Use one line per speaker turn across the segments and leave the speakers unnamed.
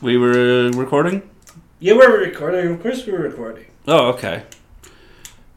We were uh, recording.
Yeah, we were recording. Of course, we were recording.
Oh, okay.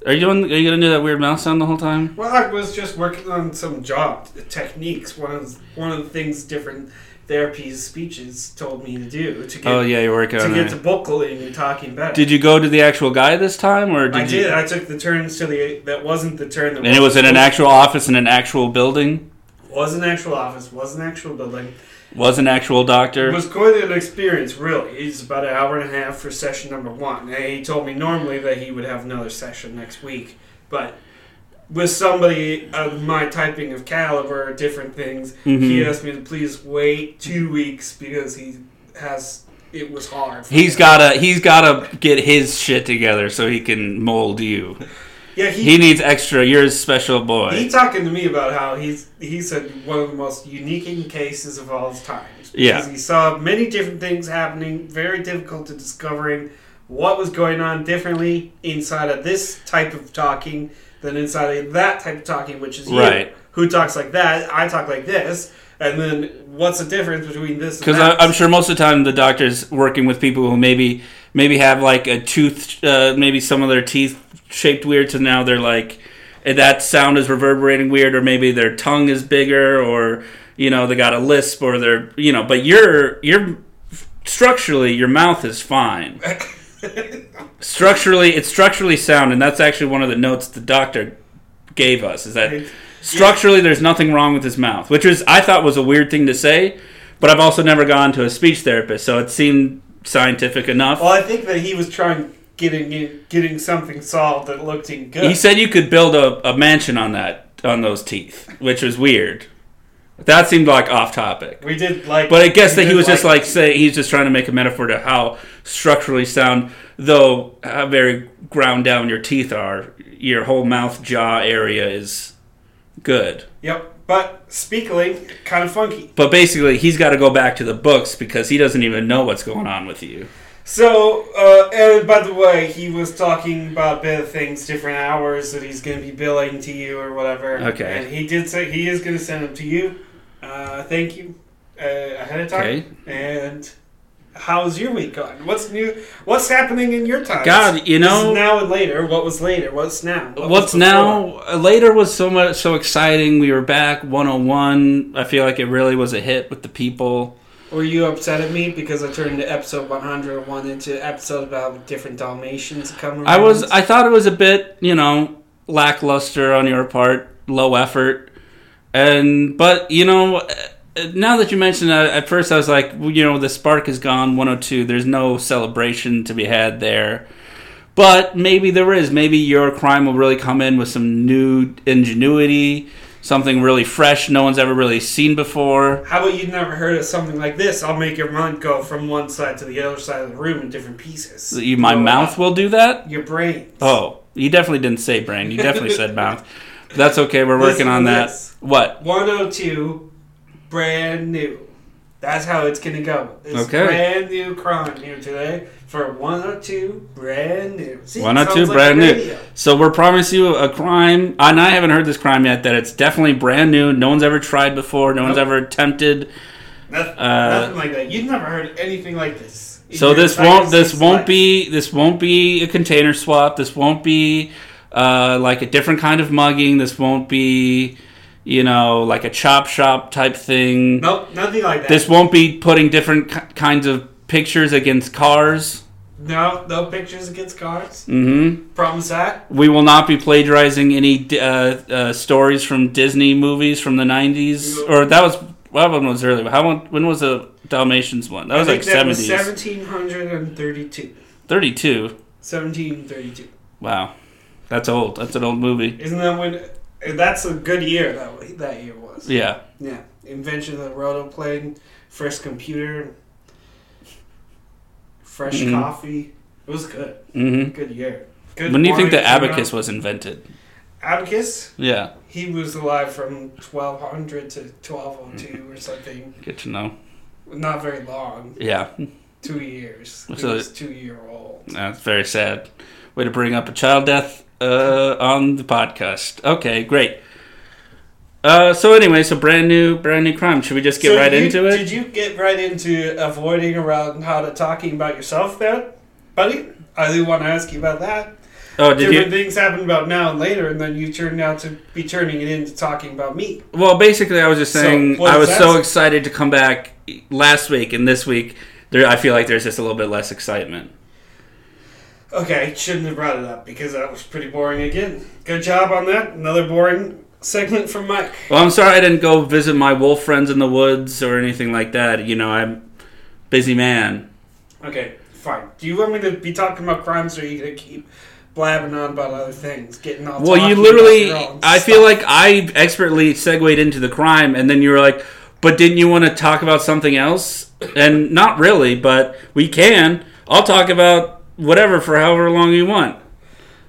Are you on, are you gonna do that weird mouth sound the whole time?
Well, I was just working on some job techniques. One of one of the things different therapies speeches told me to do to get
oh yeah, you're working
to
on
get to
it.
vocal and you're talking better.
Did you go to the actual guy this time, or did
I
you?
did. I took the turns to the that wasn't the turn that
And it was in an actual office in an actual building.
was an actual office, was an actual building.
Was an actual
It
doctor.
was quite an experience, really. It's about an hour and a half for session number one. And he told me normally that he would have another session next week, but with somebody of my typing of caliber, different things, he
Mhm.
asked me to please wait two weeks because he has. It was hard. for
He's
him.
gotta he's gotta get his shit together so he can mold you.
Yeah,
He
he.
needs extra. You're his special
He
boy.
talking to me about how he's he said one of the most unique cases of all times. Because
Yeah.
He saw many different things happening, very difficult to discovering what was going on differently inside of this type of talking than inside of that type of talking, which is you,
Right.
who talks like that, I talk like this, and then what's the difference between this?
Because
and that?
I'm sure most of the time the doctor's working with people who maybe maybe have like a tooth, uh, maybe some of their teeth shaped weird, so now they're like eh, that sound is reverberating weird, or maybe their tongue is bigger, or you know they got a lisp, or they're you know. But you're you're structurally your mouth is fine. structurally, it's structurally sound, and that's actually one of the notes the doctor gave us. Is that structurally there's nothing wrong with his mouth which is i thought was a weird thing to say but i've also never gone to a speech therapist so it seemed scientific enough
Well, I think that he was trying getting getting something solved that looked good.
he said you could build a, a mansion on that on those teeth which was weird that seemed like off topic
we did like,
but i guess that
we
he
did
was just like say he's just trying to make a metaphor to how structurally sound though how very ground down your teeth are your whole mouth jaw area is good
Yep. But speakling, kind of funky.
But basically, he's got to go back to the books because he doesn't even know what's going on with you.
So, uh, and by the way, he was talking about a bit of things, different hours that he's going to be billing to you or whatever.
Okay.
And he did say he is going to send them to you. Uh, thank you uh, ahead of time.
Okay.
And how's your week going? What's new? What's happening in your time?
God, you know-
now and later. What was later? What's now? What was
What's
before?
now? uh, Later was so much so exciting. We were back 101. I feel like it really was a hit with the people.
Were you upset at me because I turned episode 101 into an episode about different Dalmatians coming?
I was.
around?
I thought it was a bit, you know, lackluster on your part, low effort, and but you know, uh, uh, now that you mention that, at first I was like, well, you know, the spark is gone. 102. There's no celebration to be had there. But maybe there is. Maybe your crime will really come in with some new ingenuity, something really fresh no one's ever really seen before.
How about you never heard of something like this? I'll make your mind go from one side to the other side of the room in different pieces.
You- My
Blow it
mouth
up.
will do that?
Your brain.
Oh, you definitely didn't say brain. You definitely said mouth. That's okay. We're
Listen
working on
to
that.
this.
What?
102, brand new. That's how it's going to go. It's
Okay.
brand new crime here today for 102, brand new. See, it
Why not oh two
sounds like
brand new?
radio.
So we're promising you a crime, and I haven't heard this crime yet. That it's definitely brand new. No one's ever tried before. No one's
Nope.
ever attempted.
Nothing,
Uh,
nothing like that. You've never heard anything like this. in
So
your
this
entire
won't. This
six
won't
life.
be. This won't be a container swap. This won't be uh, like a different kind of mugging. This won't be, you know, like a chop shop type thing.
Nope, nothing like that.
This won't be putting different ki kinds of pictures against cars.
no, no pictures against cars.
hmm
Promise that.
We will not be plagiarizing any uh, uh, stories from Disney movies from the '90s,
No.
or that was that one was early. How long, when was the Dalmatians one? That was
I
like
think that was
'70s,
1732.
'32.
1732.
Wow, that's old. That's an old movie.
Isn't that when? That's a good year that that year was.
Yeah,
Yeah. Invention of the rotoplane, first computer, fresh
Mhm.
coffee. It was good.
hmm
Good year. Good
When do you think
morning,
the abacus
Zero.
was invented?
Abacus.
Yeah,
He was alive from 1200 to 1202 or something.
good to know.
Not very long.
Yeah,
Two years. He
So-
was two year old.
that's very sad. Way to bring up a child death uh, on the podcast. Okay, great. Uh, so anyway, so brand new, brand new crime. Should we just get
So
right
you-
into it?
Did you get right into avoiding around how to talking about yourself there, buddy? I do want to ask you about that.
oh, did you?
Different things happen about now and later, and then you turned out to be turning it into talking about me.
Well, basically, I was just
So,
saying
what
I
is
was
that?
so excited to come back last week, and this week there I feel like there's just a little bit less excitement.
Okay, shouldn't have brought it up because that was pretty boring again. Good job on that. Another boring segment from Mike.
Well, I'm sorry I didn't go visit my wolf friends in the woods or anything like that. You know, I'm busy man.
Okay, fine. Do you want me to be talking about crimes, or are you gonna keep blabbing on about other things, getting all?
Well, you
talking
literally,
about your own
I feel
stuff?
like I expertly segued into the crime, and then you were like, but didn't you want to talk about something else? And not really, but we can. I'll talk about whatever for however long you want.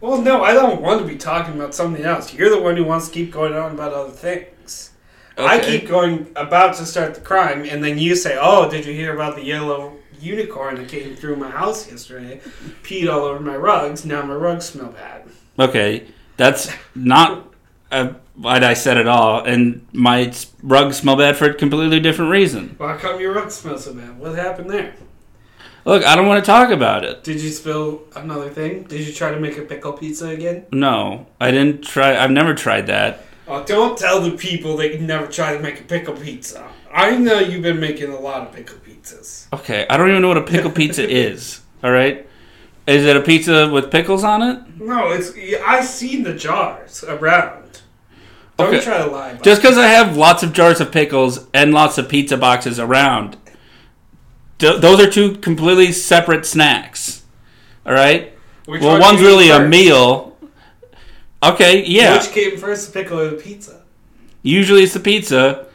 Well, no, I don't want to be talking about something else. You're the one who wants to keep going on about other things. I
Okay.
keep going about to start the crime, and then you say, "Oh, did you hear about the yellow unicorn that came through my house yesterday, peed all over my rugs? Now my rugs smell bad."
Okay, that's not uh, what I said at all, and my s- rugs smell bad for a completely different reason.
Why come your rugs smell so bad? What happened there?
Look, I don't want to talk about it.
Did you spill another thing? Did you try to make a pickle pizza again?
No, I didn't try. I've never tried that.
Oh, don't tell the people that you never tried to make a pickle pizza. I know you've been making a lot of pickle pizzas.
Okay, I don't even know what a pickle pizza is. All right, is it a pizza with pickles on it?
No, it's I've seen the jars around. Don't
Okay.
try to lie. About
Just because I have lots of jars of pickles and lots of pizza boxes around, th- those are two completely separate snacks. All right.
it. Which
well,
one
one's
came
really a
first?
meal. Okay, yeah.
Which came first, the pickle or the pizza?
Usually it's the pizza,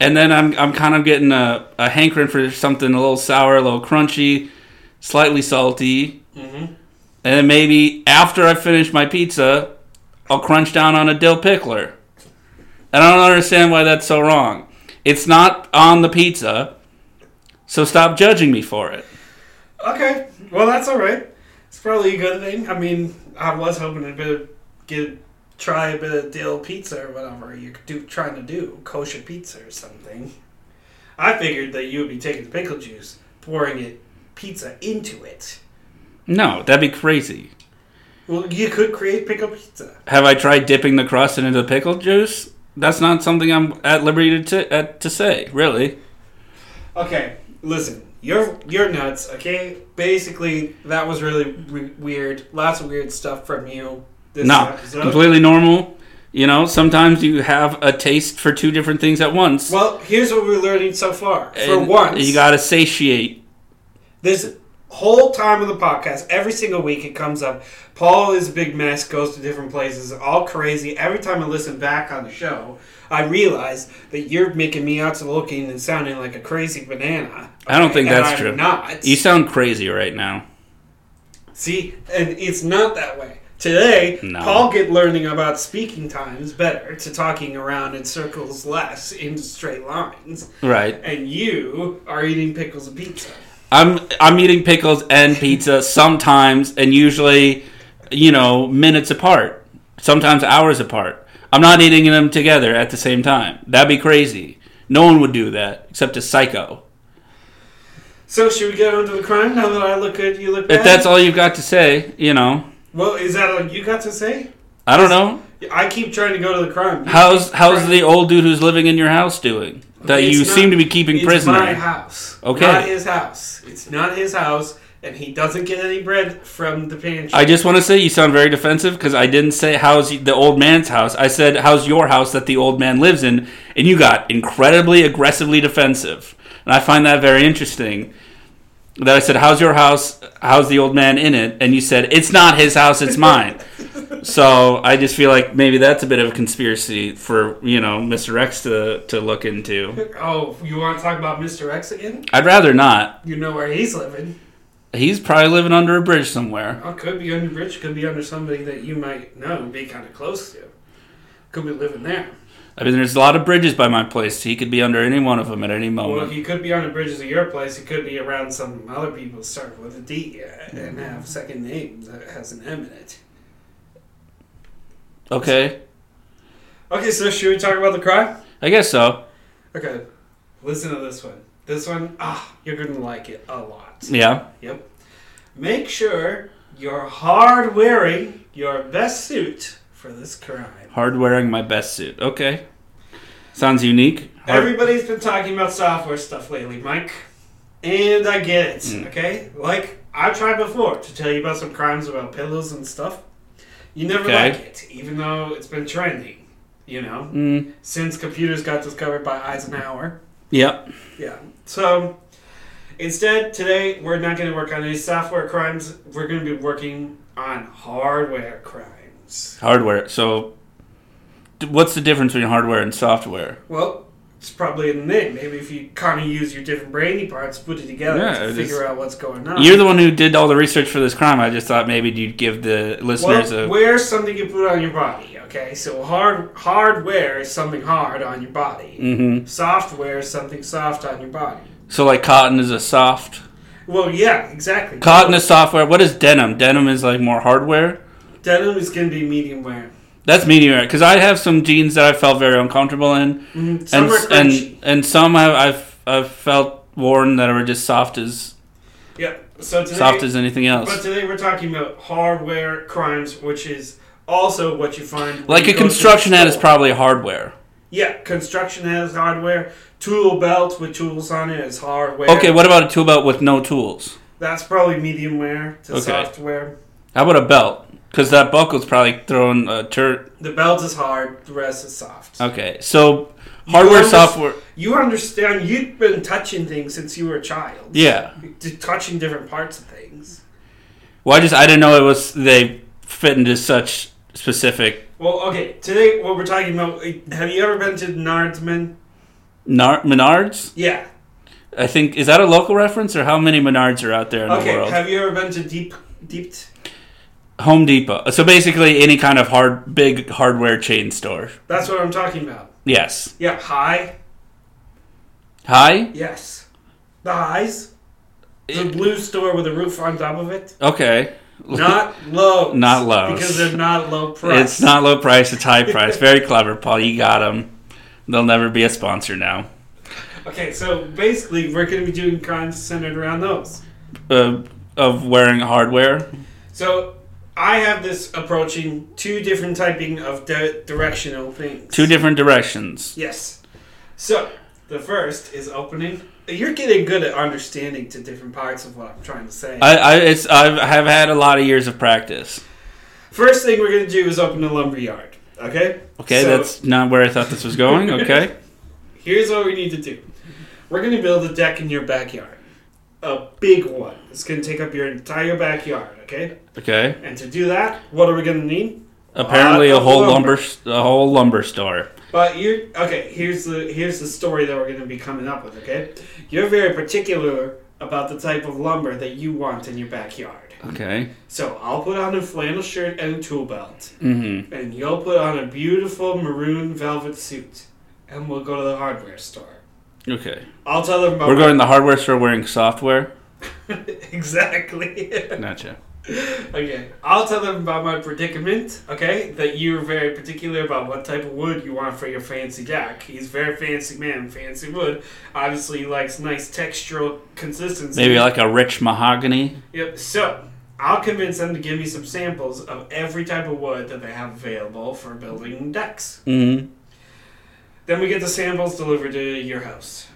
and then I'm I'm kind of getting a, a hankering for something a little sour, a little crunchy, slightly salty,
Mm-hmm.
and then maybe after I finish my pizza, I'll crunch down on a dill pickler. And I don't understand why that's so wrong. It's not on the pizza, so stop judging me for it.
Okay, well that's all right. It's probably a good thing. I mean, I was hoping to bit of, get try a bit of dill pizza or whatever you're do, trying to do, kosher pizza or something. I figured that you would be taking the pickle juice, pouring it pizza into it.
No, that'd be crazy.
Well, you could create pickle pizza.
Have I tried dipping the crust into the pickle juice? That's not something I'm at liberty to, uh, to say, really.
Okay, listen, you're you're nuts. Okay, basically that was really re- weird. Lots of weird stuff from you. This
no,
episode.
completely normal. You know, sometimes you have a taste for two different things at once.
Well, here's what we're learning so far. For
And
once,
you gotta satiate.
this whole time of the podcast, every single week it comes up. Paul is a big mess, goes to different places, all crazy. Every time I listen back on the show, I realize that you're making me out to looking and sounding like a crazy banana.
I don't think
And
that's
I'm
true.
Not.
You sound crazy right now.
See, and it's not that way. Today,
No.
Paul get learning about speaking times better to talking around in circles less in straight lines,
Right.
and you are eating pickles and pizza.
I'm I'm eating pickles and pizza sometimes and usually you know, minutes apart. Sometimes hours apart. I'm not eating them together at the same time. That'd be crazy. No one would do that except a psycho.
So should we get on to the crime now that I look good, you look bad?
If that's all you've got to say, you know.
well, is that all you got to say?
I don't know.
I keep trying to go to the crime. You
How's
keep
how's
trying-
the old dude who's living in your house doing? That
It's
you
not-
seem to be keeping
it's my
prisoner.
house.
Okay.
Not his house. It's not his house, and he doesn't get any bread from the pantry.
I just want to say you sound very defensive because I didn't say how's the old man's house. I said how's your house that the old man lives in, and you got incredibly aggressively defensive, and I find that very interesting. That I said how's your house? How's the old man in it? And you said it's not his house, it's mine. so I just feel like maybe that's a bit of a conspiracy for you know Mr. X to to look into.
oh, you want to talk about Mr. X again?
I'd rather not.
You know where he's living.
He's probably living under a bridge somewhere.
Oh, could be under bridge, could be under somebody that you might know and be kind of close to. Could be living there.
I mean, there's a lot of bridges by my place. He could be under any one of them at any
Well,
moment.
he could be under bridges of your place. He could be around some other people that start with a D uh, and have second uh, names that has an M in it.
Okay.
Okay, so should we talk about the cry?
I guess so.
Okay, listen to this one. This one, ah, you're gonna like it a lot.
Yeah.
Yep. Make sure you're hard wearing your best suit for this crime.
Hard wearing my best suit. Okay. Sounds unique. Hard-
Everybody's been talking about software stuff lately, Mike. And I get it, okay? Like, I've tried before to tell you about some crimes about pillows and stuff. You never
Okay.
like it, even though it's been trending, you know?
Mm,
Since computers got discovered by Eisenhower.
yep.
Yeah. So instead, today we're not going to work on any software crimes. We're going to be working on hardware crimes.
Hardware. So, d- what's the difference between hardware and software?
Well, it's probably in the name. Maybe if you kind of use your different brainy parts, put it together
Yeah,
to
it
figure out what's going on.
You're the one who did all the research for this crime. I just thought maybe you'd give the listeners
well,
a.
wear something you put on your body. Okay, so hard hardware is something hard on your body.
hmm
Software is something soft on your body.
So, like, cotton is a soft.
Well, yeah, exactly.
Cotton is software. What is denim? Denim is like more hardware.
denim is going to be medium wear.
That's meteoric because I have some jeans that I felt very uncomfortable in,
Mhm, Some
and
are
s- and
crunchy.
and some I've, I've I've felt worn that were just soft as
yeah. So today,
soft as anything
But
else.
today we're talking about hardware crimes, which is also what you find. when
Like
you
a
go to the
construction hat is
store.
probably hardware.
Yeah, construction hat is hardware. Tool belt with tools on it is hardware.
Okay, what about a tool belt with no tools?
That's probably medium wear to
Okay.
software.
How about a belt? Because that buckle's probably throwing a turd.
The belt is hard. The rest is soft.
Okay, so
You
hardware,
under-
software.
You understand? You've been touching things since you were a child.
Yeah.
T- touching different parts of things.
Well, I just I didn't know it was they fit into such specific.
Well, okay. Today, what we're talking about. eh, Have you ever been to Nardsman?
Nar- Menards?
Yeah.
I think is that a local reference or how many Menards are out there in the
Okay.
world?
Have you ever been to Deep Deep?
Home Depot. So basically, any kind of hard, big hardware chain store.
That's what I'm talking about.
Yes.
Yeah, high.
Hi.
Yes. The highs. The blue store with a roof on top of it.
Okay.
Not low.
Not Lowe's.
Because they're not low price.
it's not low price. It's high price. Very clever, Paul. You got them. They'll never be a sponsor now.
Okay, so basically, we're going to be doing crimes centered around those.
Uh, of wearing hardware.
So I have this approaching two different typing of di- directional things.
Two different directions.
Yes. So the first is opening. You're getting good at understanding to different parts of what I'm trying to say.
I, I it's I've, have had a lot of years of practice.
First thing we're going to do is open a lumber yard. Okay?
Okay,
So-
that's not where I thought this was going. Okay.
Here's what we need to do. We're gonna build a deck in your backyard. A big one. It's gonna take up your entire backyard, okay?
Okay.
And to do that, what are we gonna need?
Apparently, a
Lot of
whole
lumber.
lumber, s- a whole lumber store.
But you okay, here's the here's the story that we're gonna be coming up with, okay? You're very particular about the type of lumber that you want in your backyard.
Okay.
So I'll put on a flannel shirt and a tool belt.
Mm-hmm.
And you'll put on a beautiful maroon velvet suit. And we'll go to the hardware store.
Okay.
I'll tell them about
We're going to the hardware store wearing software.
exactly.
Gotcha.
Okay, I'll tell them about my predicament. Okay, that you're very particular about what type of wood you want for your fancy deck. He's a very fancy man, fancy wood. Obviously, he likes nice textural consistency.
Maybe like a rich mahogany.
Yep. So I'll convince them to give me some samples of every type of wood that they have available for building decks.
Mm-hmm.
Then we get the samples delivered to your house.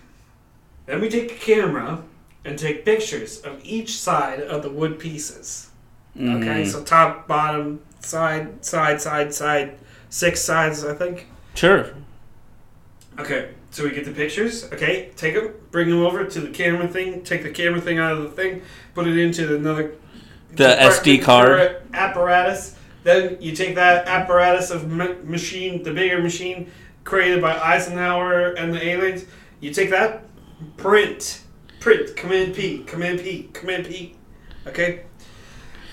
Then we take a camera and take pictures of each side of the wood pieces. Okay, so top, bottom, side, side, side, side, six sides, I think.
Sure.
Okay, so we get the pictures. Okay, take them, bring them over to the camera thing. Take the camera thing out of the thing, put it into another.
The SD
compartment
card.
or apparatus. Then you take that apparatus of ma- machine, the bigger machine created by Eisenhower and the aliens. You take that, print, print, Command P, Command P, Command P. Okay,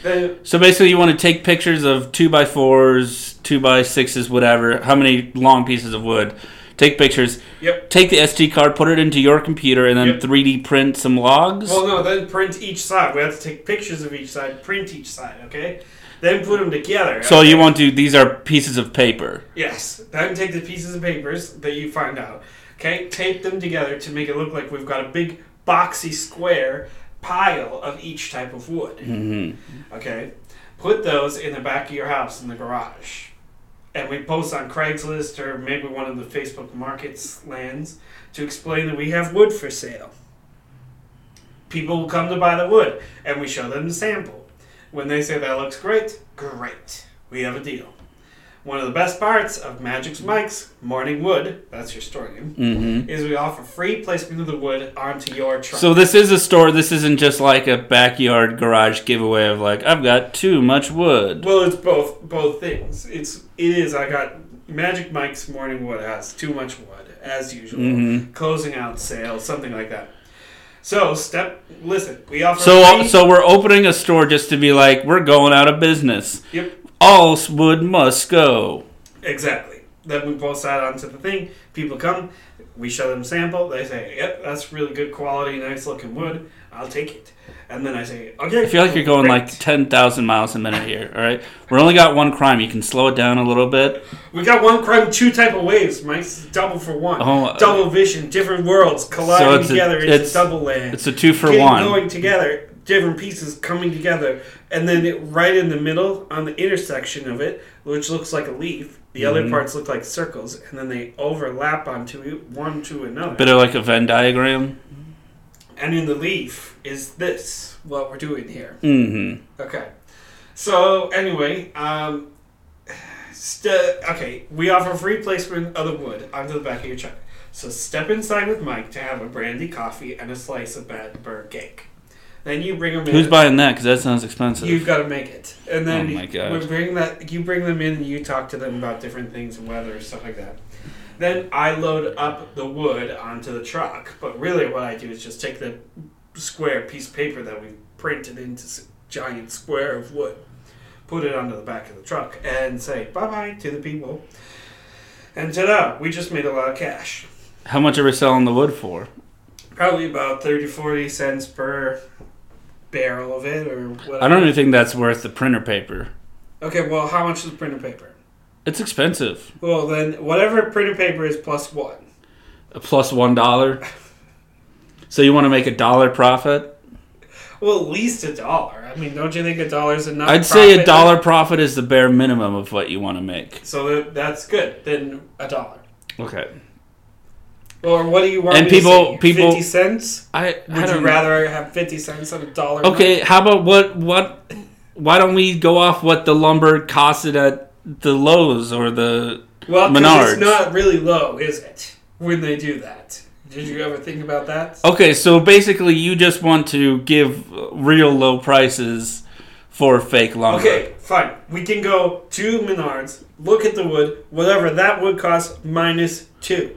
then
So basically, you want to take pictures of two by fours, two by sixes, whatever. How many long pieces of wood? Take pictures.
Yep.
Take the SD card, put it into your computer, and then
Yep.
3D print some logs.
Well, no, then print each side. We have to take pictures of each side, print each side, okay? then put them together.
So you won't do these are pieces of paper.
Yes. Then take the pieces of papers that you find out. Okay, tape them together to make it look like we've got a big boxy square pile of each type of wood.
Mhm.
Okay, put those in the back of your house in the garage, and we post on Craigslist or maybe one of the Facebook markets lands to explain that we have wood for sale. People will come to buy the wood, and we show them the sample. When they say that looks great, great, we have a deal. One of the best parts of Magic's Mike's Morning Wood, that's your store name,
Mhm.
is we offer free placement of the wood onto your truck.
So this is a store. This isn't just like a backyard garage giveaway of like I've got too much wood.
Well, it's both both things. It's it is. I got Magic Mike's Morning Wood has too much wood as usual.
Mhm.
Closing out sale, something like that. So step. Listen, we offer.
So uh,
free-
so we're opening a store just to be like we're going out of business.
Yep.
All wood must go.
exactly. Then we post that onto the thing. People come. We show them sample. They say, "Yep, that's really good quality, nice looking wood. I'll take it." And then I say, "Okay."
I feel like you're going like ten thousand miles a minute here. All right, we're only got one crime. You can slow it down a little bit.
we got one crime, two type of waves, Mike. It's double for one.
Oh,
double vision, different worlds colliding
it's a-
together. into
it's-
double land.
it's a two for
getting
one.
going together, different pieces coming together, and then it, right in the middle on the intersection of it, which looks like a leaf. The
Mm-hmm.
other parts look like circles, and then they overlap onto it, one to another.
Bit of like a Venn diagram.
and in the leaf is this what we're doing here.
Mm-hmm.
Okay. So anyway, um, st- okay, we offer free placement of the wood onto the back of your truck. So step inside with Mike to have a brandy coffee and a slice of bad burr cake. Then you bring them in.
Who's buying that? Because that sounds expensive.
You've got to make it, and then
Oh my God.
we bring that. You bring them in, and you talk to them about different things and weather and stuff like that. Then I load up the wood onto the truck, but really what I do is just take the square piece of paper that we printed into s- giant square of wood, put it onto the back of the truck, and say bye bye to the people. And ta-da! We just made a lot of cash.
How much are we selling the wood for?
Probably about 30, 40 cents per barrel of it, or whatever.
I don't even think that's worth the printer paper.
Okay, well, how much is printer paper?
It's expensive.
Well, then whatever printer paper is plus one.
A plus one dollar. So you want to make a dollar profit?
Well, at least a dollar. I mean, don't you think a dollar's enough?
I'd say a
profit?
dollar profit is the bare minimum of what you want to make.
So that, that's good. Then a dollar.
Okay.
Or what do you want?
And
me to
people-
say?
people-
fifty cents.
I, I
Would you
don't
rather have fifty cents on a dollar?
Okay, how about what what why don't we go off what the lumber costed at the Lowe's or the
Well, 'cause
Menards.
it's not really low, is it? When they do that, did you ever think about that?
Okay, so basically you just want to give real low prices for fake lumber.
Okay, fine. We can go to Menards, look at the wood, whatever that wood costs, minus two.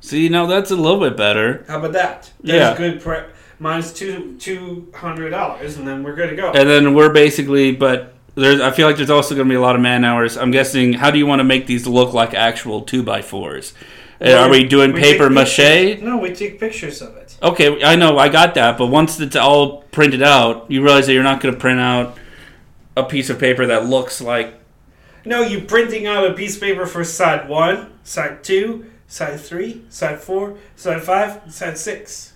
See, now that's a little bit better.
How about that?
Yeah.
That's good pre- minus two two hundred dollars, and then we're good to go.
And then we're basically but there's I feel like there's also going to be a lot of man hours. I'm guessing how do you want to make these look like actual 2 by 4s Are we doing
take
paper mache?
pictures. No, we take pictures of it.
Okay, I know, I got that, but once it's all printed out, you realize that you're not going to print out a piece of paper that looks like.
No, you printing out a piece of paper for side one, side two, side three, side four, side five, side six.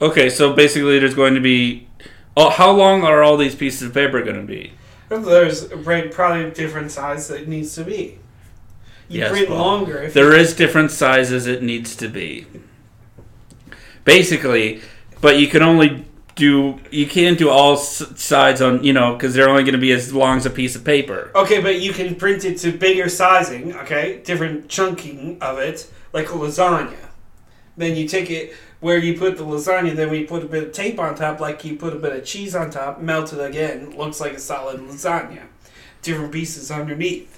Okay, so basically, there's going to be. Oh, how long are all these pieces of paper going to be?
There's a print- probably a different size that it needs to be. You
Yes,
print
well,
longer if
There is different sizes it needs to be. Basically, but you can only do you can't do all s- sides on you know because they're only going to be as long as a piece of paper.
Okay, but you can print it to bigger sizing, okay? Different chunking of it, like a lasagna. Then you take it where you put the lasagna, then we put a bit of tape on top, like you put a bit of cheese on top, melt it again, looks like a solid lasagna. Different pieces underneath.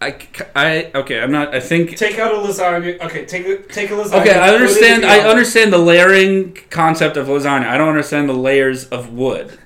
I, c- I okay, I'm not. I think
Take out a lasagna. Okay, take a, take a lasagna.
Okay, I
put it in
understand.
the
I
oven.
understand the layering concept of lasagna. I don't understand the layers of wood,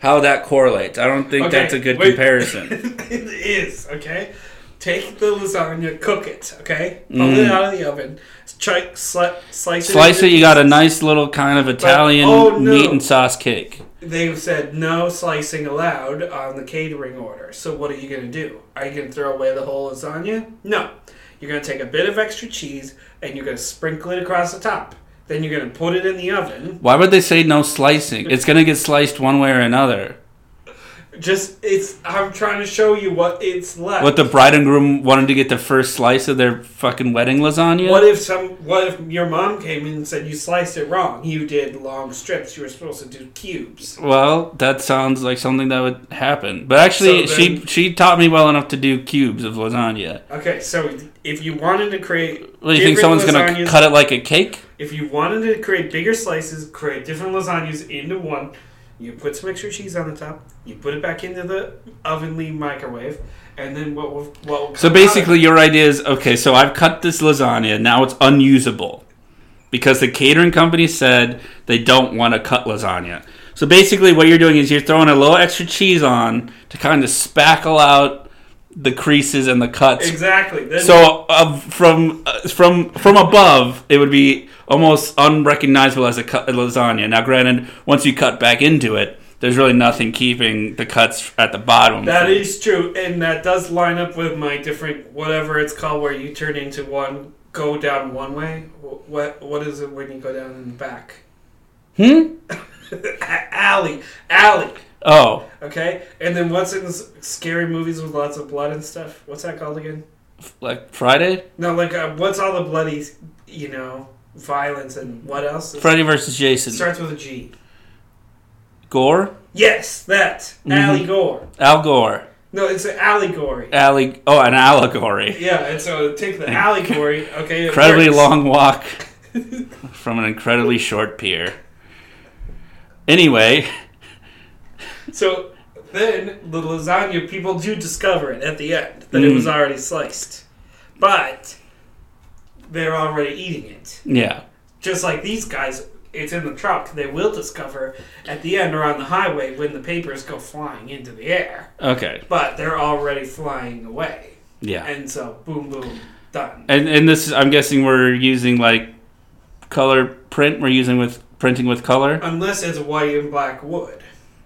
how that correlates. I don't think
Okay,
that's a good
wait.
comparison.
it is okay. Take the lasagna, cook it, okay? Pull it
Mm.
out of the oven. Try, sli- slice it.
Slice
into
it. You got a
pieces.
nice little kind of Italian
oh, no.
meat and sauce cake.
they said no slicing allowed on the catering order. So what are you going to do? Are you going to throw away the whole lasagna? No. You're going to take a bit of extra cheese and you're going to sprinkle it across the top. Then you're going to put it in the oven.
Why would they say no slicing? It's gonna get sliced one way or another.
Just it's I'm trying to show you what it's left.
What the bride and groom wanted to get the first slice of their fucking wedding lasagna?
What if some? What if your mom came in and said you sliced it wrong? You did long strips. You were supposed to do cubes.
Well, that sounds like something that would happen. But actually,
So
she
then-
she taught me well enough to do cubes of lasagna.
Okay, so if you wanted to create,
What do you think?
different
Someone's gonna c-
lasagnas-
cut it like a cake?
If you wanted to create bigger slices, create different lasagnas into one. You put some extra cheese on the top. You put it back into the ovenly microwave, and then what? Will, what will
So
come out of
basically, your idea is okay. So I've cut this lasagna. Now it's unusable because the catering company said they don't want to cut lasagna. So basically, what you're doing is you're throwing a little extra cheese on to kind of spackle out the creases and the
it-
cuts.
exactly. Then
So uh, from uh, from from above, it would be almost unrecognizable as a cut, lasagna. Now, granted, once you cut back into it, there's really nothing keeping the cuts at the bottom.
That
from-
is true, and that does line up with my different whatever it's called, where you turn into one, go down one way. Wh- What what is it when you go down in the back?
Hmm.
A- alley, alley.
Oh.
Okay, and then what's in s- scary movies with lots of blood and stuff? What's that called again?
like Friday,
No, like uh, what's all the bloody, you know, violence and what else? It
Friday versus Jason,
starts with a G.
Gore,
Yes, that
Mm-hmm.
Alley Gore.
Al Gore,
No, it's an allegory.
Alley. Oh, an allegory.
Yeah, and so take the allegory. Okay, it
Incredibly
works.
long walk from an incredibly short pier. Anyway,
So then the lasagna people do discover it at the end that it was
Mm.
already sliced, but they're already eating it.
yeah,
Just like these guys, it's in the truck. They will discover at the end or on the highway when the papers go flying into the air,
okay,
but they're already flying away.
yeah,
And so boom, boom, done.
and and this is, I'm guessing we're using like color print. We're using with printing with color.
Unless it's white and black wood,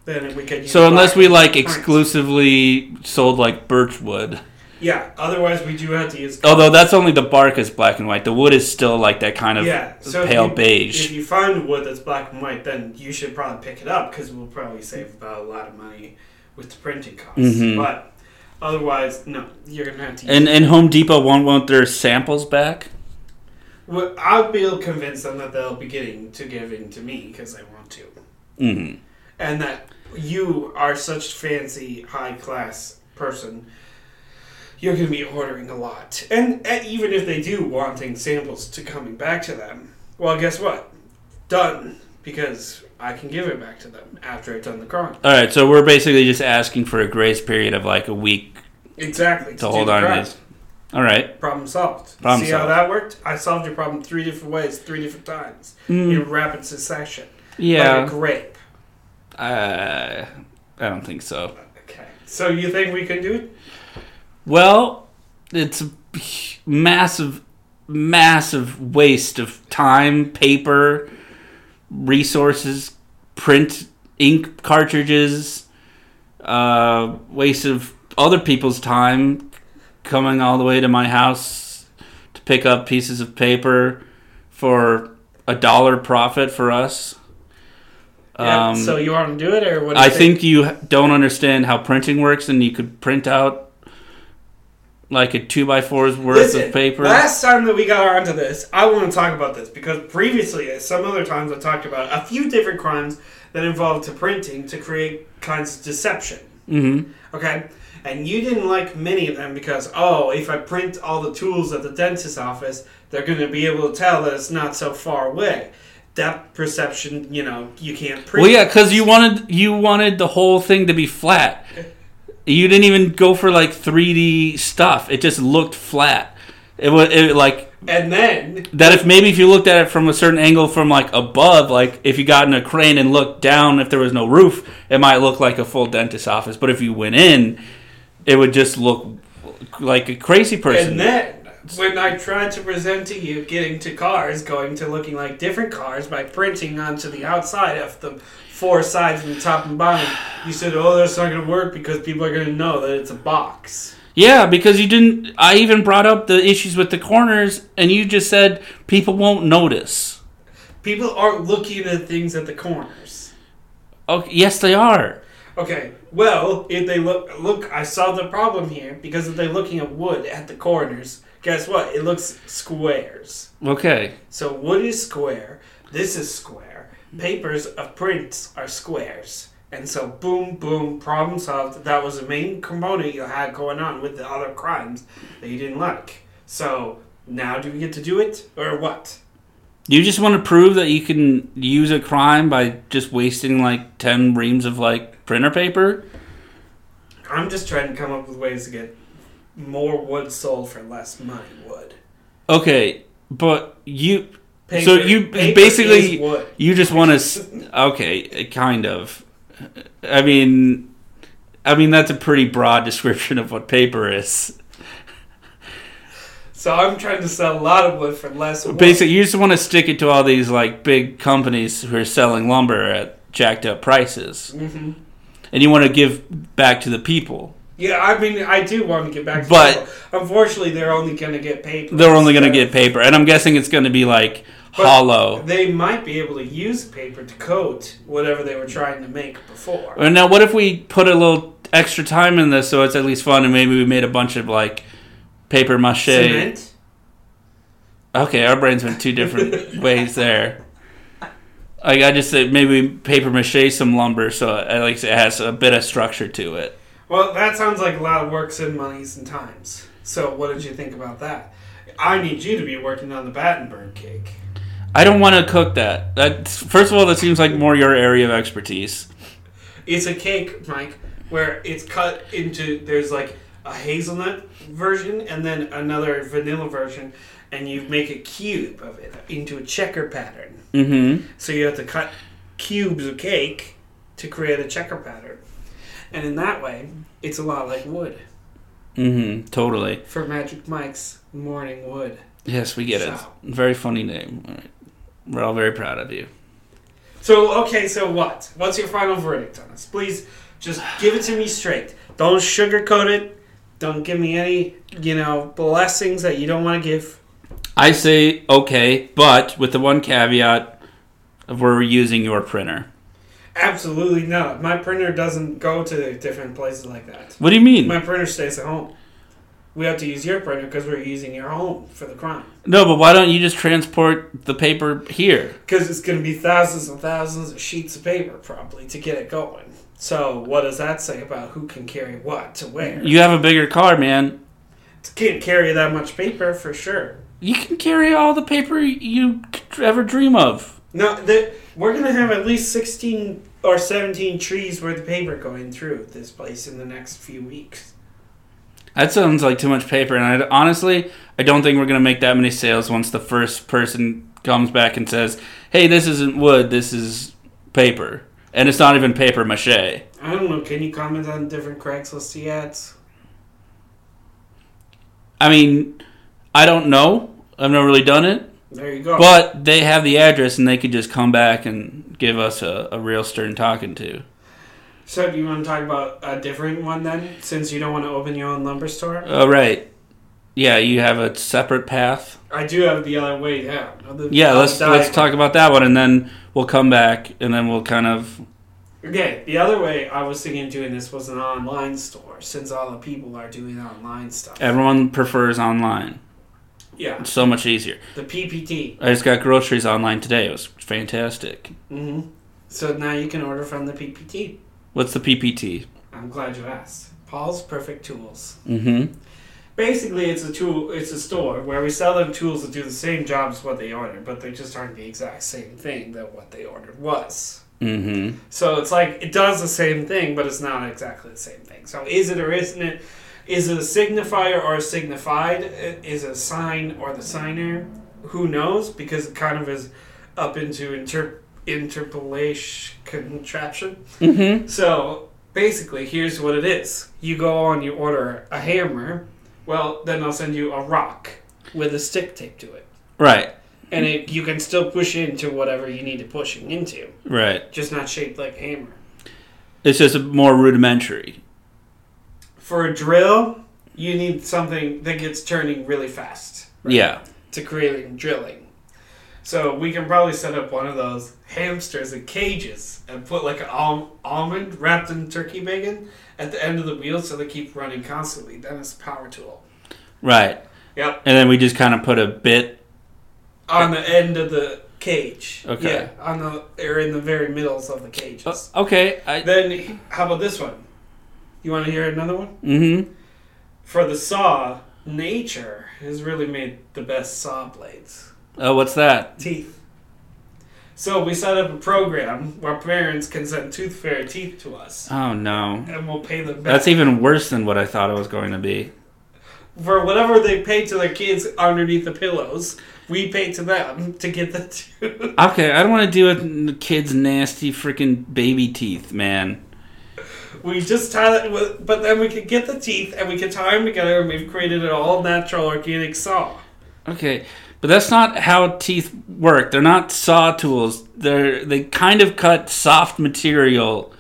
then we could. Use
So unless
black
we like
print.
exclusively sold like birch wood,
yeah. Otherwise, we do have to use.
although that's only the bark is black and white. The wood is still like that kind of
yeah, so if
pale
you-
beige.
If you find wood that's black and white, then you should probably pick it up because we'll probably save about a lot of money with the printing costs.
Mhm.
But otherwise, no, you're gonna have to.
And and Home Depot won't want their samples back.
well, I'll be able to convince them that they'll be getting to giving to me because I want to,
Mm.
and that you are such fancy high class person. You're going to be ordering a lot, and, and even if they do wanting samples to coming back to them, well, guess what? Done because I can give it back to them after I've done the crime.
All right, so we're basically just asking for a grace period of like a week
Exactly.
to hold on to this. All right.
Problem solved.
Problem
See how
solved.
that worked? I solved your problem three different ways, three different times in rapid succession. Like a
Mm, Hmm. Yeah.
grape.
Uh, I don't think so.
Okay. So you think we can do it?
Well, it's a massive, massive waste of time, paper, resources, print, ink cartridges, uh, waste of other people's time coming all the way to my house to pick up pieces of paper for a dollar profit for us.
Yeah.
Um,
so you want to do it, or what? Do you
I think you h- don't understand how printing works, and you could print out like a two by four's worth
Listen,
of paper.
Last time that we got onto this, I want to talk about this because previously, at some other times, I talked about a few different crimes that involved to printing to create kinds of deception.
hmm
Okay? And you didn't like many of them because, oh, if I print all the tools at the dentist's office, they're going to be able to tell that it's not so far away. Depth perception, you know, you can't print.
Well, yeah, because you wanted you wanted the whole thing to be flat. You didn't even go for like 3D stuff. It just looked flat. It was it, like
And then,
that. If maybe if you looked at it from a certain angle, from like above, like if you got in a crane and looked down, if there was no roof, it might look like a full dentist's office. But if you went in, it would just look like a crazy person.
and then, when I tried to present to you getting to cars, going to looking like different cars by printing onto the outside of the four sides from the top and bottom, you said, "Oh, that's not going to work because people are going to know that it's a box."
Yeah, because you didn't. I even brought up the issues with the corners, and you just said people won't notice.
People aren't looking at things at the corners.
Okay, yes, they are.
Okay, well, if they look, look, I solved the problem here because if they're looking at wood at the corners, guess what? It looks squares.
Okay.
So wood is square. This is square. Papers of prints are squares. And so, boom, boom, problem solved. That was the main component you had going on with the other crimes that you didn't like. So, now do we get to do it? Or what?
You just want to prove that you can use a crime by just wasting like 10 reams of like printer paper?
I'm just trying to come up with ways to get more wood sold for less money wood.
Okay, but you.
Paper-
so you
paper
basically.
is wood.
You just want to. Okay, kind of. I mean. I mean that's a pretty broad description of what paper is.
So I'm trying to sell a lot of wood for less wood.
Basically, you just want to stick it to all these like big companies who are selling lumber at jacked up prices,
hmm
and you want to give back to the people.
Yeah, I mean, I do want to get back to
But-
paper. Unfortunately, they're only going to get paper.
They're only going to get paper, and I'm guessing it's going to be like
But-
hollow.
They might be able to use paper to coat whatever they were trying to make before.
And now, what if we put a little extra time in this so it's at least fun, and maybe we made a bunch of like paper mache?
Cement?
Okay, our brains went two different ways there. Like I just said, maybe paper mache some lumber, so at least it has a bit of structure to it.
Well, that sounds like a lot of works and monies and times. So, what did you think about that? I need you to be working on the Battenberg cake.
I don't want to cook that. That's, first of all, that seems like more your area of expertise.
It's a cake, Mike, where it's cut into there's like a hazelnut version and then another vanilla version, and you make a cube of it into a checker pattern.
Mm-hmm.
So you have to cut cubes of cake to create a checker pattern. And in that way, it's a lot like wood
Mm-hmm. Totally.
for Magic Mike's morning wood.
Yes, we get it.
So-
Very funny name. All right. We're all very proud of you.
So okay, so what? What's your final verdict on this? Please just give it to me straight. Don't sugarcoat it. Don't give me any, you know, blessings that you don't want to give.
I say okay, but with the one caveat of we're using your printer.
Absolutely not. My printer doesn't go to different places like that.
What do you mean?
My printer stays at home. We have to use your printer because we're using your home for the crime.
No, but why don't you just transport the paper here?
Because it's going to be thousands and thousands of sheets of paper, probably, to get it going. So, what does that say about who can carry what to where?
You have a bigger car, man.
Can't carry that much paper for sure.
You can carry all the paper you could ever dream of.
No, the, we're going to have at least 16 or 17 trees worth of paper going through this place in the next few weeks.
That sounds like too much paper, and I, honestly, I don't think we're going to make that many sales once the first person comes back and says, "Hey, this isn't wood, this is paper," and it's not even paper mache.
I don't know. Can you comment on different Craigslist ads?
I mean, I don't know. I've never really done it,
There you go.
but they have the address, and they could just come back and give us a, a real stern talking to.
so, do you want to talk about a different one then, since you don't want to open your own lumber store?
All Oh, right. Yeah, you have a separate path.
I do have the other way down. Other-
Yeah,
other
let's let's
diagonal.
talk about that one, and then we'll come back, and then we'll kind of
Okay, the other way I was thinking of doing this was an online store, since all the people are doing online stuff.
everyone prefers online.
yeah,
It's so much easier.
the PPT.
I just got groceries online today. It was fantastic.
hmm So now you can order from the PPT.
What's the PPT?
I'm glad you asked. Paul's Perfect Tools.
Mm-hmm.
Basically, it's a tool. It's a store where we sell them tools that do the same job as what they ordered, but they just aren't the exact same thing that what they ordered was.
Mm-hmm.
So it's like it does the same thing, but it's not exactly the same thing. So is it or isn't it? Is it a signifier or a signified? I- Is it a sign or the signer? Who knows? Because it kind of is up into inter- interpolation contraption.
Mm-hmm.
So basically, here's what it is: you go on, you order a hammer. Well, then I'll send you a rock. with a stick taped to it,
Right.
and it, you can still push into whatever you need to push into,
Right.
just not shaped like a hammer.
It's just more rudimentary.
For a drill, you need something that gets turning really fast
Yeah.
to creating drilling. So we can probably set up one of those hamsters in cages and put like an al- almond wrapped in turkey bacon at the end of the wheel so they keep running constantly. Then it's a power tool.
Right.
Yep.
And then we just kind of put a bit.
On the end of the cage.
Okay.
Yeah, on the or in the very middles of the cages.
Uh, okay. I,
Then how about this one? You want to hear another one?
mm-hmm.
For the saw, nature has really made the best saw blades.
Oh, what's that?
Teeth. So we set up a program where parents can send tooth fairy teeth to us,
Oh no.
and we'll pay them back
That's even worse than what I thought it was going to be.
for whatever they pay to their kids underneath the pillows. We pay to them to get the tooth.
Okay, I don't want to deal with the kids' nasty freaking baby teeth, man.
We just tie that, with, but then we can get the teeth and we can tie them together, and we've created an all natural organic saw.
Okay, but that's not how teeth work. They're not saw tools. They're they kind of cut soft material,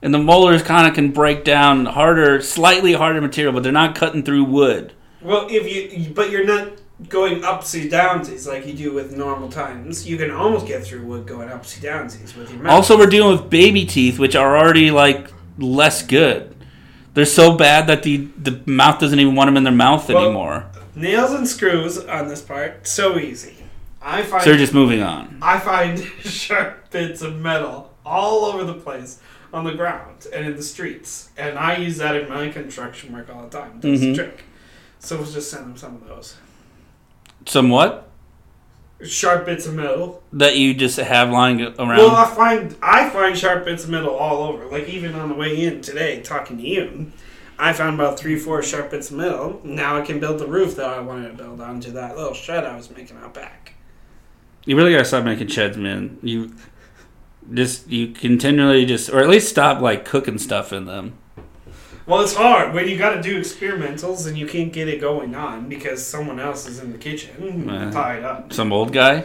and the molars kind of can break down harder, slightly harder material, but they're not cutting through wood.
Well, if you, but you're not going upsy downsies like you do with normal times. You can almost get through wood going upsy downsies with your mouth.
Also, we're dealing with baby teeth, which are already like less good. They're so bad that the the mouth doesn't even want them in their mouth
Well-
anymore.
nails and screws on this part so easy. I find
So they're just moving on.
I find sharp bits of metal all over the place on the ground and in the streets, and I use that in my construction work all the time. That's the
Mhm.
trick. So we'll just send them some of those
Somewhat
sharp bits of metal.
that you just have lying around.
Well, I find I find sharp bits of metal all over. Like even on the way in today, talking to you, I found about three, four sharp bits of metal. Now I can build the roof that I wanted to build onto that little shed I was making out back.
You really gotta stop making sheds, man. You just you continually just, or at least stop like cooking stuff in them.
Well, it's hard when you got to do experimentals and you can't get it going on because someone else is in the kitchen
Man.
tied up.
Some old guy.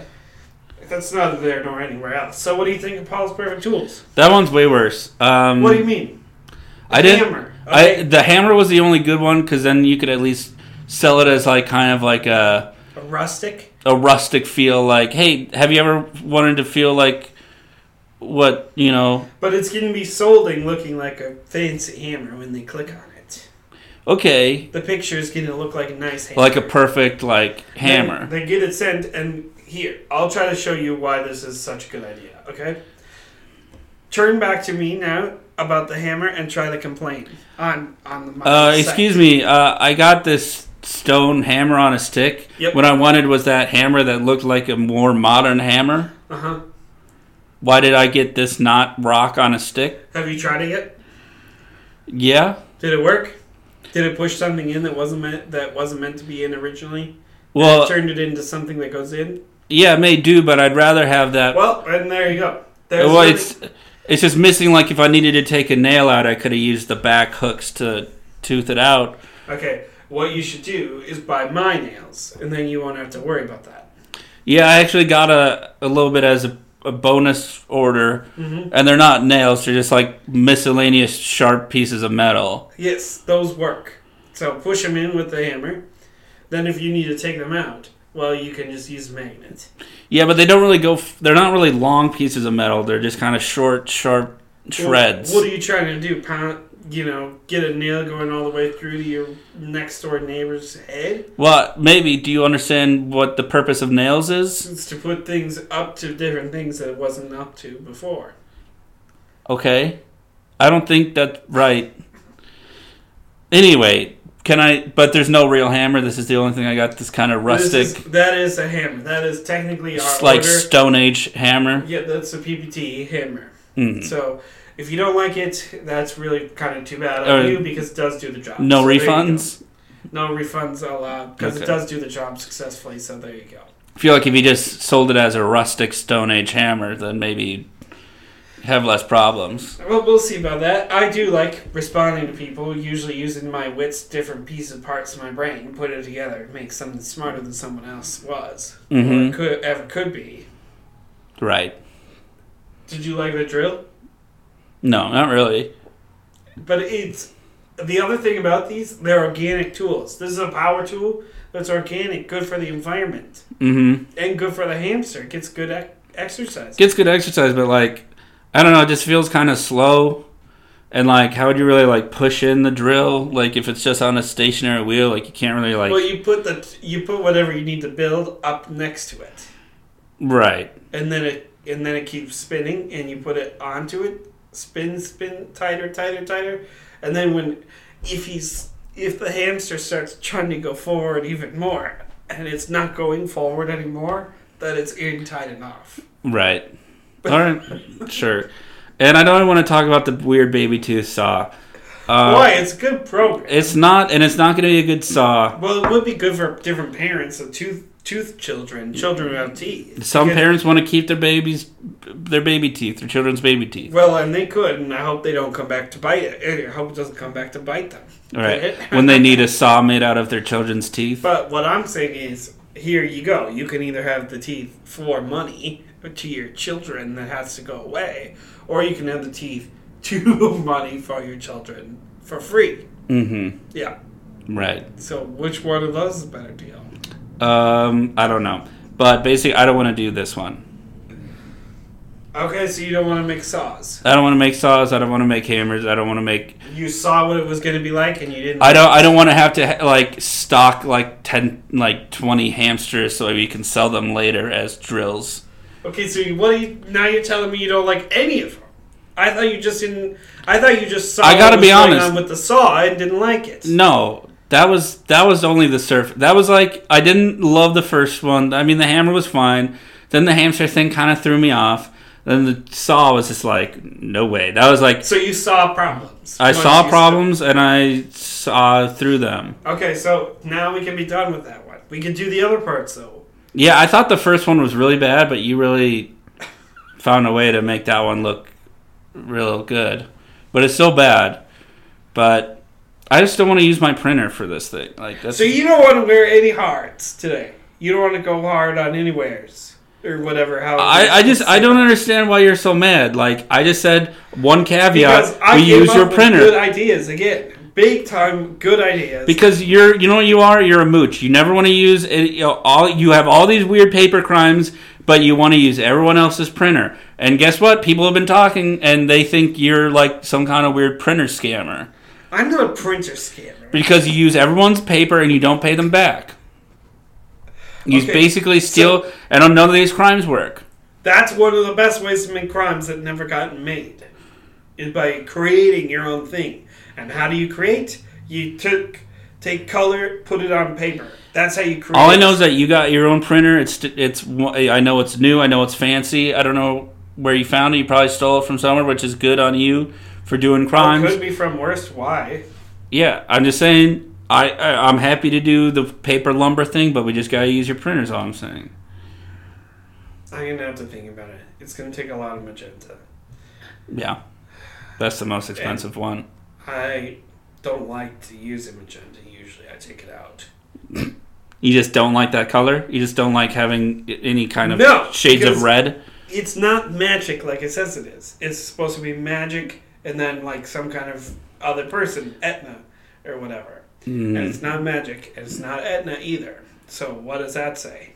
That's neither there nor anywhere else. So what do you think of Paul's Perfect Tools?
That one's way worse. Um,
What do you mean?
I didn't.
Hammer.
I
Okay.
the hammer was the only good one because then you could at least sell it as like kind of like a
A rustic.
a rustic feel. Like, hey, have you ever wanted to feel like what you know?
But it's going to be solding looking like a fancy hammer when they click on it.
Okay,
The picture is going to look like a nice hammer.
like a perfect like hammer.
They, they get it sent, and here, I'll try to show you why this is such a good idea, okay? Turn back to me now about the hammer and try to complain on, on the mic.
Uh, excuse me. Uh, I got this stone hammer on a stick.
Yep.
What I wanted was that hammer that looked like a more modern hammer.
Uh huh.
Why did I get this not rock on a stick?
Have you tried it yet?
Yeah.
Did it work? Did it push something in that wasn't meant that wasn't meant to be in originally?
Well,
Turned it into something that goes in.
yeah, it may do, but I'd rather have that. Well,
Well, and there you go. There's something-
it's it's just missing. Like if I needed to take a nail out, I could have used the back hooks to tooth it out.
okay. What you should do is buy my nails, and then you won't have to worry about that.
Yeah, I actually got a a little bit as a, a bonus order,
Mm-hmm.
and they're not nails; they're just like miscellaneous sharp pieces of metal.
Yes, those work. So push them in with the hammer. Then, if you need to take them out, well, you can just use a magnet.
Yeah, but they don't really go. F- they're not really long pieces of metal. They're just kind of short, sharp shreds.
What, what are you trying to do? Pound, you know, get a nail going all the way through to your next door neighbor's head?
well, maybe. Do you understand what the purpose of nails is?
It's to put things up to different things that it wasn't up to before.
Okay, I don't think that's right. Anyway, can I? But there's no real hammer. This is the only thing I got. This kind of
This is-
rustic,
that is a hammer. That is technically our
s- like
order.
Stone Age hammer.
yeah, that's a PPT hammer.
Mm.
So if you don't like it, that's really kind of too bad on
Uh,
you because it does do the job.
No
So there you go.
refunds.
No refunds allowed because it
Okay.
does do the job successfully. So there you go.
I feel like if you just sold it as a rustic Stone Age hammer, then maybe have less problems.
Well, we'll see about that. I do like responding to people, usually using my wits, different pieces, parts of my brain, put it together, make something smarter than someone else was
Mhm.
or could ever could be.
Right.
Did you like the drill?
No, not really.
But it's the other thing about these, they're organic tools. This is a power tool that's organic, good for the environment,
Mm-hmm.
and good for the hamster. It gets good ec- exercise.
Gets good exercise, but like, I don't know. It just feels kind of slow. And like, how would you really like push in the drill? Like, if it's just on a stationary wheel, like you can't really like.
well, you put the you put whatever you need to build up next to it,
right.
and then it and then it keeps spinning, and you put it onto it, spin, spin, tighter, tighter, tighter, and then when if he's if the hamster starts trying to go forward even more, and it's not going forward anymore, then it's in tight enough.
Right. All right. sure. And I don't want to talk about the weird baby tooth saw. Uh,
Why? It's good program.
It's not, and it's not going to be a good saw.
Well, it would be good for different parents of tooth tooth children, children who have teeth.
Some
Because-
parents want to keep their babies, their baby teeth, their children's baby teeth.
Well, and they could, and I hope they don't come back to bite it. I hope it doesn't come back to bite them.
All right. when they need a saw made out of their children's teeth.
But what I'm saying is, here you go. You can either have the teeth for money to your children that has to go away, or you can have the teeth to money for your children for free.
Mm-hmm.
Yeah.
Right.
So which one of those is a better deal?
Um, I don't know. But basically, I don't want to do this one.
Okay, so you don't want to make saws.
I don't want to make saws. I don't want to make hammers. I don't want to make.
You saw what it was going to be like, and you didn't.
I don't. I don't want to have to ha- like stock like ten, like twenty hamsters so we can sell them later as drills.
Okay, so you- what? Are you, now you're telling me you don't like any of them. I thought you just didn't. I thought you just saw.
I gotta
what
be
was going
honest.
on with the saw and didn't like it.
No, that was that was only the surf. That was like I didn't love the first one. I mean, the hammer was fine. Then the hamster thing kind of threw me off. Then the saw was just like no way. That was like
So you saw problems.
I
Once
saw
you
problems and I saw through them.
Okay, so now we can be done with that one. We can do the other parts though.
Yeah, I thought the first one was really bad, but you really found a way to make that one look real good. But it's still bad. But I just don't want to use my printer for this thing. Like that's
So you don't want to wear any hearts today. You don't want to go hard on any wares or whatever. How
I, I just I don't understand why you're so mad. Like I just said one
Because
caveat:
I
we
came
use
up
your
with
printer
Good ideas again. Big time good ideas.
because you're you know what you are you're a mooch. You never want to use it, you know, all you have all these weird paper crimes, but you want to use everyone else's printer. And guess what? People have been talking, and they think you're like some kind of weird printer scammer
I'm not a printer scammer.
because you use everyone's paper and you don't pay them back. You
Okay,
basically steal, and none of these crimes work.
That's one of the best ways to make crimes that never gotten made, is by creating your own thing. And how do you create? You took take color, put it on paper. That's how you create.
All I know is that you got your own printer. It's it's. I know it's new. I know it's fancy. I don't know where you found it. You probably stole it from somewhere, which is good on you for doing
Or
crimes.
could be from worst. Why?
Yeah, I'm just saying. I, I I'm happy to do the paper lumber thing, but we just gotta use your printers. All I'm saying.
I'm gonna have to think about it. It's gonna take a lot of magenta.
Yeah, that's the most expensive one.
I don't like to use a magenta. Usually, I take it out.
You just don't like that color. You just don't like having i- any kind of
No,
shades of
because-
red.
It's not magic like it says it is. It's supposed to be magic, and then like some kind of other person, Etna, or whatever. And
Mm,
it's not magic, and it's not Etna either. So what does that say?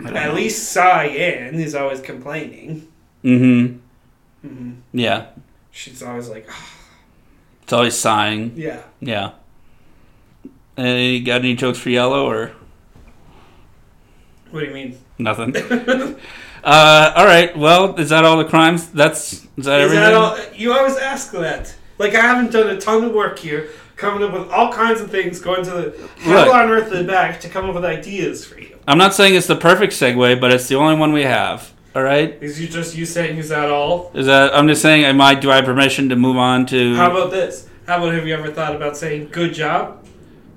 I don't
At least Cyan is always complaining.
mm-hmm.
hmm
Yeah,
She's always like, "Ah,
it's always sighing.
yeah.
Yeah. Hey, got any jokes for yellow or?
What do you mean?
Nothing. uh, all right. Well, is that all the crimes? That's is that
Is
everything?
that all? You always ask that. Like I haven't done a ton of work here, coming up with all kinds of things, going to the hell
Look.
on earth and back to come up with ideas for you.
I'm not saying it's the perfect segue, but it's the only one we have. All right.
Is you just you saying is that all?
Is that I'm just saying? Am I do I have permission to move on to?
How about this? How about have you ever thought about saying good job?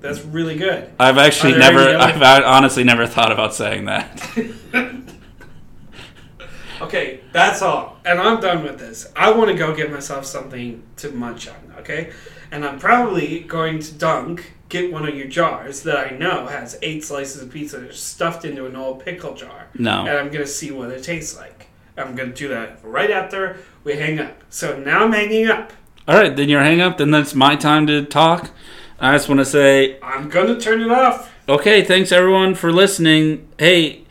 That's really good.
I've actually
Are there any
never.
other-
I've hon- honestly never thought about saying that.
Okay, that's all. And I'm done with this. I want to go get myself something to munch on, okay? And I'm probably going to dunk, get one of your jars that I know has eight slices of pizza stuffed into an old pickle jar.
No.
And I'm going to see what it tastes like. I'm going to do that right after we hang up. So now I'm hanging up.
All right, then your hang up, then it's my time to talk. I just want to say,
I'm going to turn it off.
okay, thanks everyone for listening. Hey,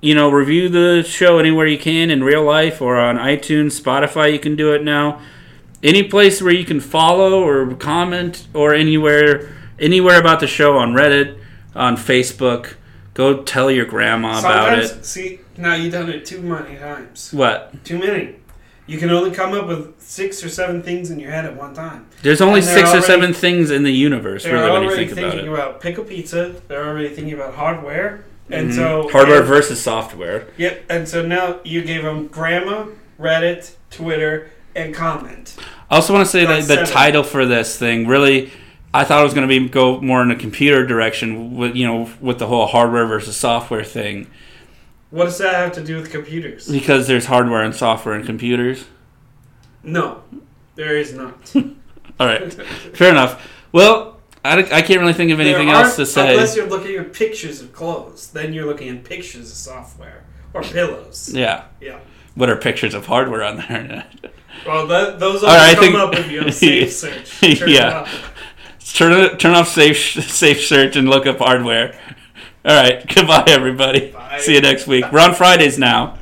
you know, review the show anywhere you can in real life or on iTunes, Spotify, you can do it now. Any place where you can follow or comment or anywhere anywhere about the show on Reddit, on Facebook, go tell your grandma
Sometimes,
about it.
see, now you've done it too many times.
What?
Too many. You can only come up with six or seven things in your head at one time.
There's only
And they're
six or
already-
seven things in the universe,
They're
really, when you
already
think about
thinking
it.
about pickle pizza. They're already thinking about hardware, and
Mhm.
so
Hardware versus software.
Yep. And so now you gave them grandma, Reddit, Twitter, and comment.
I also want to say that
That's
the
seven.
title for this thing really, I thought it was going to be go more in a computer direction with you know with the whole hardware versus software thing
What does that have to do with computers?
because there's hardware and software in computers.
No, there is not.
All right, fair enough. Well, I, I can't really think of anything
There
else
aren't-
to say.
Unless you're looking at pictures of clothes, then you're looking at pictures of software or pillows.
yeah,
Yeah.
what are pictures of hardware on there?
Well, that, those all
All right, I
come
think-
up if you have safe search. Turn it
Yeah.
off.
turn it- turn off safe safe search and look up hardware. All right, goodbye everybody.
Bye.
See you next week. We're on Fridays now.